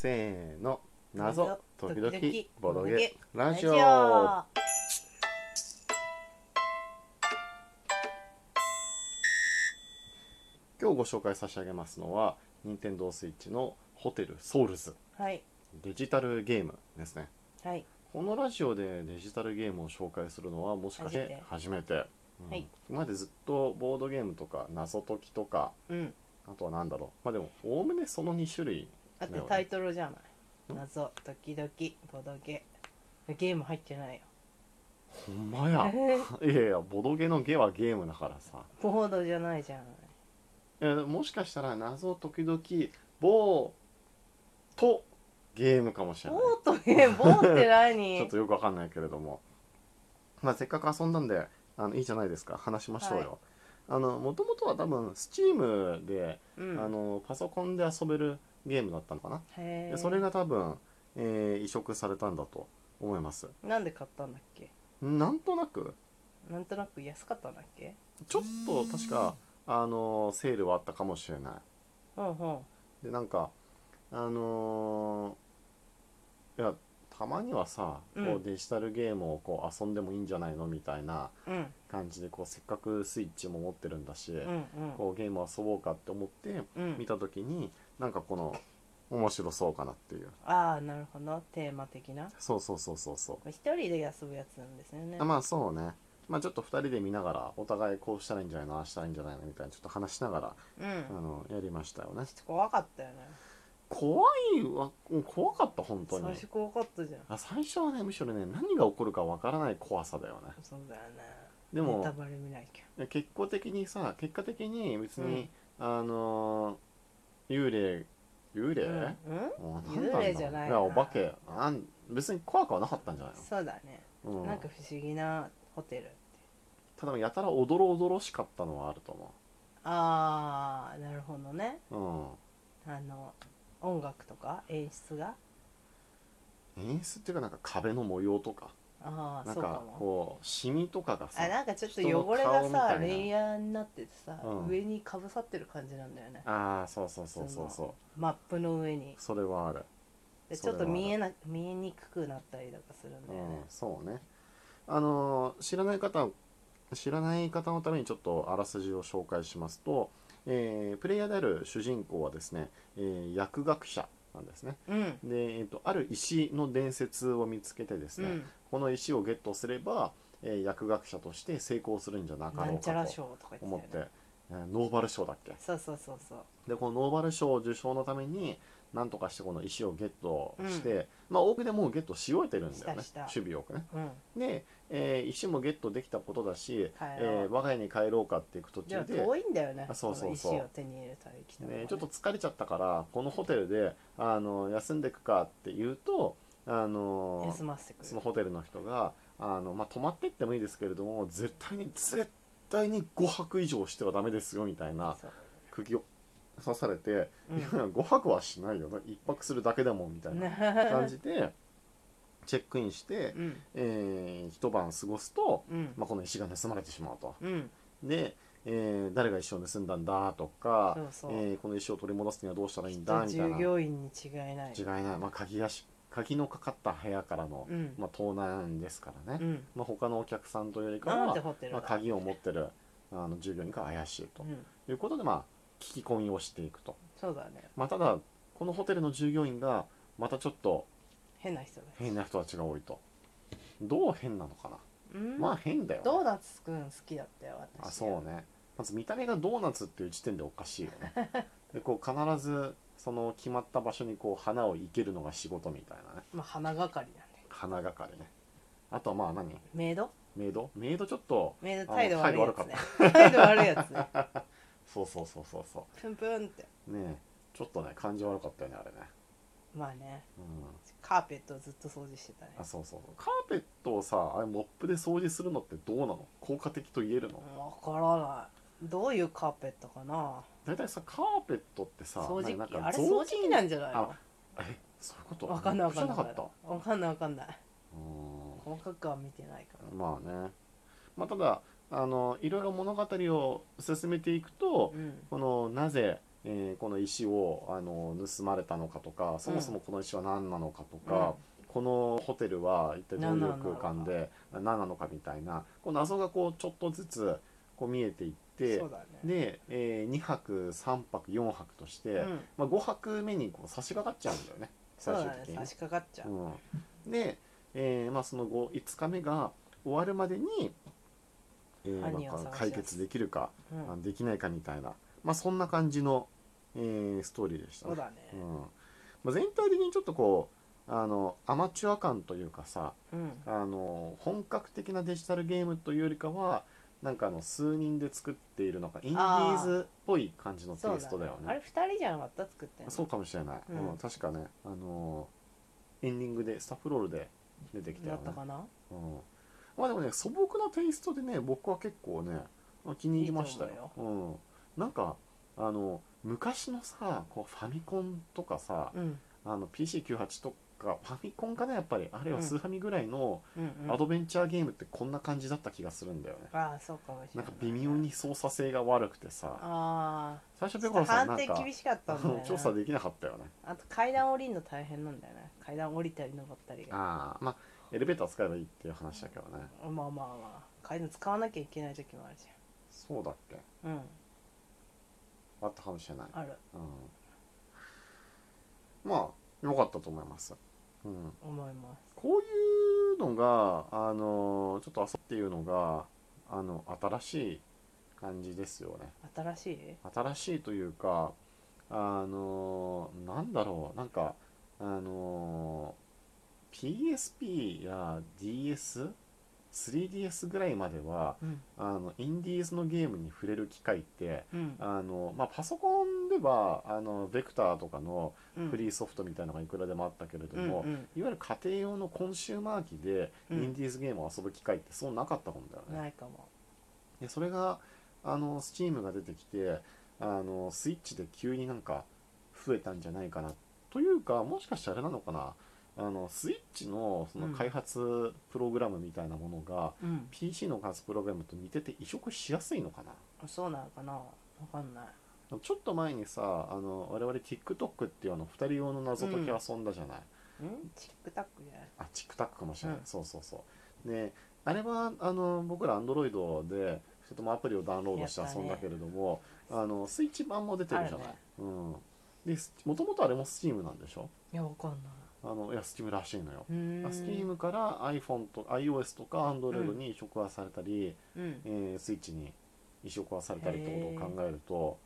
せーの謎謎時々時ボ々ドゲラジオ今日ご紹介差し上げますのは任天堂スイッチのホテルソウルズはいデジタルゲームですねはいこのラジオでデジタルゲームを紹介するのはもしかして初めて、うんはい今までずっとボードゲームとか謎解きとかうんあとは何だろうまあでもおおむねその2種類だってタイトルじゃない謎時々ボドゲゲーム入ってないよほんま やいやいやボドゲのゲはゲームだからさ ボードじゃないじゃんいやもしかしたら謎時々ボーとゲームかもしれないボーとゲームボーって何ちょっとよくわかんないけれども、まあ、せっかく遊んだんであのいいじゃないですか話しましょうよ。あのもともとは多分 Steam で、うんあのパソコンで遊べるゲームだったのかな、へでえそれが多分、えー移植されたんだと思いますなんで買ったんだっけなんとなくなんとなく安かったんだっけちょっと確かあのセールはあったかもしれないうんうんでなんかあのーいやたまにはさ、うんこうデジタルゲームをこう遊んでもいいんじゃないのみたいなうん感じでこうせっかくスイッチも持ってるんだし、うんこうゲームを遊ぼうかって思ってうんう見んた時になんかこの面白そうかなっていうああなるほどテーマ的なそうそうそうそうそ一人で遊ぶやつなんですよねうあまあそうねまあちょっと2人で見ながらお互いこうしたらいいんじゃないのああしたらいいんじゃないのみたいなちょっと話しながら、うあんのやりましたよね怖かったよね怖いわうん怖かった本当最に初怖かったじゃんあ最初はねむしろね何が起こるかわからない怖さだよねそうだよねでネもタバレ見ないけ結果的にさ結果的に別に、あのー幽霊幽霊、どうんうんもう幽霊じゃないやお化けあん別に怖くはなかったんじゃないそうだねの、うん、なんか不思議なホテルただやたらおどろおどろしかったのはあるとああなるほどね思あの音楽とか演出がう、うん、演出っていうかなんか壁の模様とかああなんそうかかもこうシミとかがさあなんかちょっと人の汚れが顔みたいさなレイヤーになっててさ、うん上にかぶさってる感じなんだよねああそうそうそうそうそマップの上にうそれはある、でそちれょっはと見えな見えにくくなったりとかするんうだよんね、そうねあのー知らない方知らない方のためにちょっとあらすじを紹介しますと、えープレイヤーである主人公はですね、えー薬学者なんですねうん、で、えー、とある石の伝説を見つけてですうんね、この石をゲットすれば、えー薬学者として成功するんじゃなかなろんうちゃからと賞とか言思っっててたよ、ねえーノーバル賞だっけそうそうそうそうでこのノーバル賞受賞のためになんとかしてこの石をゲットして、まあ多くでもうゲットし終えてるんだよねしたした守備をねうんで、えー石もゲットできたことだし、帰ろうえー我が家に帰ろうかっていく途じゃ中あで遠いんだよねあそうそうそうの石を手に入れたり来たり、ね、ちょっと疲れちゃったからこのホテルであの休んでくかって言うとあの休ませてくれそのホテルの人があの、まあ、泊まってってもいいですけれども絶対に絶対に5泊以上してはダメですよみたいなそう釘を刺されて、うんいや5泊 はしないよな1泊するだけだもんみたいな感じでチェックインして、うんえー一晩過ごすと、うんまあ、この石が盗まれてしまうと。うんで、えー誰が石を盗んだんだとかそうそうえーこの石を取り戻すにはどうしたらいいんだみたい従な違い業員に違いないない、まあ、鍵がし鍵のかかった部屋からの、うんまあ、盗難ですからね。うんまあ、他のお客さんというよりかなんはて、ホテルまだあ、鍵を持ってるあの従業員が怪しいとうんいうことで、まあ、聞き込みをしていくと、そうだねまあ、ただこのホテルの従業員がまたちょっと変な人だ変な人たちが多いとどう変なのかな、うんまあ変だよね、ドーナツくん好きだったよ私あそうねまず見た目がドーナツっていう時点でおかしいよ ねでこう必ずその決まった場所にこう花を生けるのが仕事みたいなねまあ花係なんで花係ねあとはまあ何メイドメイドメイドちょっとメイドあの態度悪いやつね 態態度悪いやつねそうそうそうそうそプンプンってうねえちょっとね感じ悪かったよねあれねまあねうんカーペットをずっと掃除してたねあそうそうそうカーペットをさあれモップで掃除するのってどうなの効果的と言えるの分からないどういうカーペットかな大体さカーペットってさ掃除なん機かあれ雑巾掃除機なんじゃないのあえそういうこと分かんないモップ分じかゃんなないかった分かんない分かんないうん細かくは見てないからまあね、まあ、ただあのいろいろ物語を進めていくと、うんこのなぜ、ええーこの石をあの盗まれたのかとかそもそもこの石は何なのかとか、このホテルは一体どういう空間で何なのかみたいなこう謎がこうちょっとずつこう見えていってそうだねで、え2泊3泊4泊として、うん、まあ、5泊目にこう差し掛かっちゃうんだよねそう最だ終ね的に差し掛かっちゃう、うん、で、えーまあ、その後5日目が終わるまでに、えー犯人をまあ探し出す解決できるか、うんあのできないかみたいな、まあ、そんな感じの、えーストーリーでしたそうだねうんまあ、全体的にちょっとこうあのアマチュア感というかさうんあの本格的なデジタルゲームというよりかはなんかあの数人で作っているのかインディーズっぽい感じのテそうイストだよあれね二人じゃなかった作ってんのそうかもしれない、うんうん確かねあのエンディングでスタッフロールで出てきただよっねたかなうん、まあでもね素朴なテイストでね僕は結構ね気に入りましたよいいとうん、なんかあの昔のさこうファミコンとかさ、うんあの PC98 とかファミコンかなやっぱりあるいはうんスーファミぐらいのうんうんアドベンチャーゲームってこんな感じだった気がするんだよね、ああそうかもしなれんなかい微妙に操作性が悪くてさあ最あ初ペコロさんな判ん定か、厳しかったんだよ、ね調査できなかったよねあと階段降りるの大変なんだよね階段降りたり登ったりがああまあエレベーター使えばいいっていう話だけどねまあまあまあ階段使わなきゃいけない時もあるじそうだっけゃんうんあったかもしれないあるうん、まあ良かったと思います、うん、思いますこういうのがあのちょっと遊ぶっていうのがあの新しい感じですよね新しい新しいというかあのなんだろうなんかあの PSP や DS3DS ぐらいまではうんあのインディーズのゲームに触れる機会ってうんあの、まあ、パソコンではあのベクターとかのうんフリーソフトみたいなのがいくらでもあったけれどうんも、うんいわゆる家庭用のコンシューマー機でイうんンディーズゲームを遊ぶ機会ってそうなかったもんだよね。ないかもでそれがあの Steam が出てきてあのスイッチで急になんか増えたんじゃないかなというかもしかしてあれなのかなあのスイッチのその開発プログラムみたいなものが、うん PC の開発プログラムと似てて移植しやすいのかなそうなのかなわかんないちょっと前にさあの我々 TikTok っていうあの2人用の謎解き遊んだじゃない、んチックタックじゃないあ TikTok かもしれない、うんそうそうそうであれはあの僕ら Android で2人ともアプリをダウンロードしてやった遊ねんだけれども、あのスイッチ版も出てるじゃない、あるねうんでもともとあれも Steam なんでしょいやわかんないあのいや Steam らしいのよ、うーん Steam から iPhone と iOS とか Android に移植はされたり、うんえースイッチに移植はされたりってことを考えると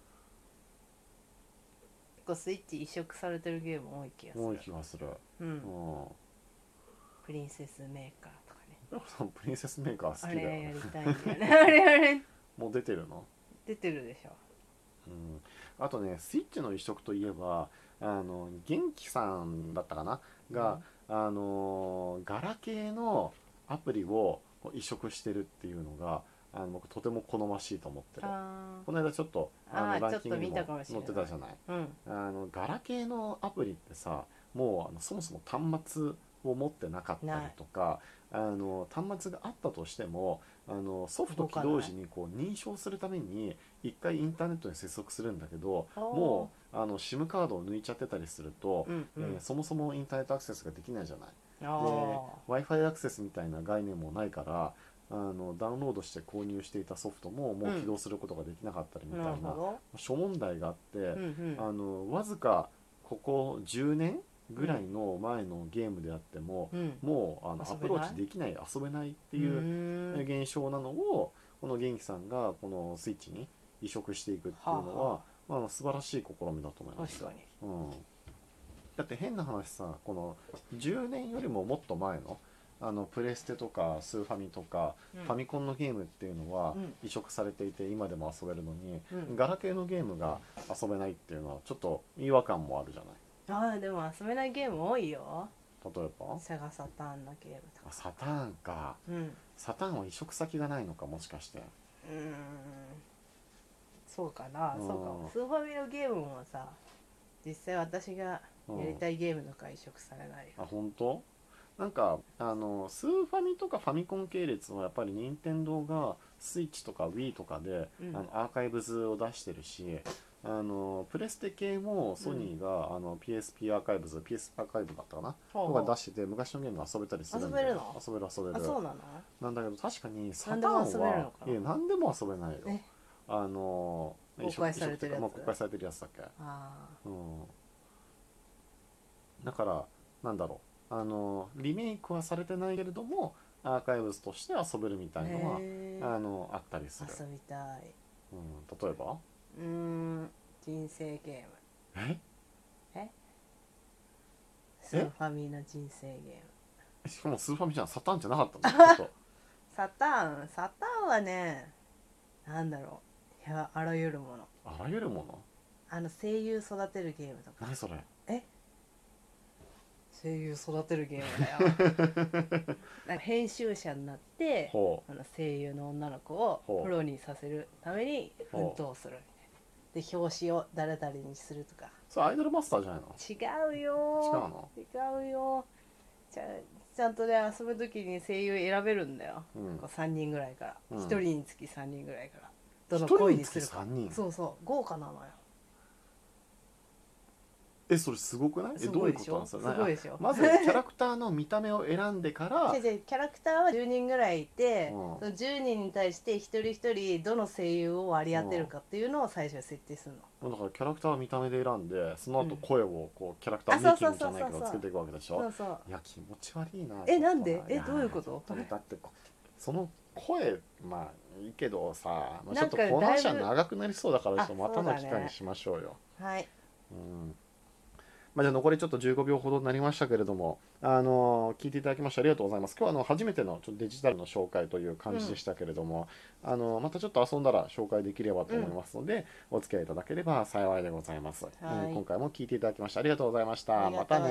結構スイッチ移植されてるゲーム多い気がする多い気がする、うんうんプリンセスメーカーとかねペコさんプリンセスメーカー好きあだよれやねりたいんだ よねあれあれもう出てるの出てるでしょうんあとねスイッチの移植といえばあの元気さんだったかなが、あのガラケーのアプリをこう移植してるっていうのがあの僕とても好ましいと思ってるあこの間ちょっとああーのランキングにもちょっと見たかもしれ載なってたいじゃないーうんあのガラケーのアプリってさもうあのそもそも端末を持ってなかったりとかあの端末があったとしてもあのソフト起動時にこう認証するために一回インターネットに接続するんだけどもうあの SIM カードを抜いちゃってたりすると、うんうん、えーそもそもインターネットアクセスができないじゃない。であ w i f i アクセスみたいな概念もないからあのダウンロードして購入していたソフトももう起動することができなかったりみあたいななる、ほ諸問題があって。ど、うんうん、あのわずかここ10年ぐらいの前のゲームであっても、うん、もうあのア遊べないプローチできない遊べないってういうーん現象なのをこの元気さんがこのスイッチに移植していくっていうのは、はまああの、素晴らしい試みだと思います確かにうん、だって変な話さこの10年よりももっと前のあのプレステとかスーファミとか、うんファミコンのゲームっていうのはうん移植されていて今でも遊べるのに、うんガラケーのゲームが遊べないっていうのはちょっと違和感もあるじゃないあーでも遊べないゲーム多いよ例えばセガサターンのゲームとあかサターンかうんうサターンは移植先がないのかもしかしてーんそうかなうんそうかもスーファミのゲームもさ実際私がやりたいゲームのか移植されないよあ本当なんかあのスーファミとかファミコン系列はやっぱり任天堂がスイッチとか Wii とかで、うんあのアーカイブズを出してるしあのプレステ系もソニーが、あの PSP アーカイブズ PS アーカイブだったかな、ほうとほかう出してて昔のゲーム遊べたりするんで遊べるの遊べる遊べあるそうなのなんだけど確かにサタ何ンでも遊べるのはかないや何でも遊べないよえあの公開されて移植移植るやつとかまあ公開されてるやつだっけあうんだからなんだろうあのリメイクはされてないけれどもアーカイブズとして遊べるみたあいのはへあーのあったりする、遊びたいうん、例えばうーん人生ゲえームスーファミの人生ゲームしかもスーパーミじゃんサターンじゃなかった のちょっとサターンサターンはねなんだろういやあらゆるものあらゆるものあの声優育てるゲームとか何それ声優育てるゲームだよ なんか編集者になってほあの声優の女の子ほをうプロにさせるために奮ほう闘するみたいなで表紙を誰々にするとかうそれアイドルマスターじゃないの違う違うよの違うよちゃちゃんとね遊ぶ時に声優選べるんだよ、うんこう3人ぐらいから、うん1人につき3人ぐらいからど一の人声ににつきするか3人そうそう豪華なのよえそれすごくないえすどごういいうでこしとなんょですかすごいでしょまずキャラクターの見た目を選んで から違う違うキャラクターは10人ぐらいいて、うんその10人に対して一人一人どの声優を割り当てるかっていうのを最初に設定するもの、うだからキャラクターは見た目で選んでその後声をこうキャラクターあメイキそンうそグうじゃそうそうないけどつけていくわけでしそょうそういや気持ち悪いなえちょっとなんでえやどういうことちょっねだってこその声まあいいけどさ、まあ、ちょっとなんかこの話はだいぶ長くなりそうだからちょっとあまたのそ機うだ会ねにしましょうよはいうんまあ、じゃあ残りちょっと15秒ほどになりましたけれども、あの聞いていただきましてありがとうございます。今日はあの初めてのちょっとデジタルの紹介という感じでしたけれども、あのまたちょっと遊んだら紹介できればと思いますので、お付き合いいただければ幸いでございます、はいうん今回も聞いていただきましてありがとうございました。ありがとうござまいましたたね。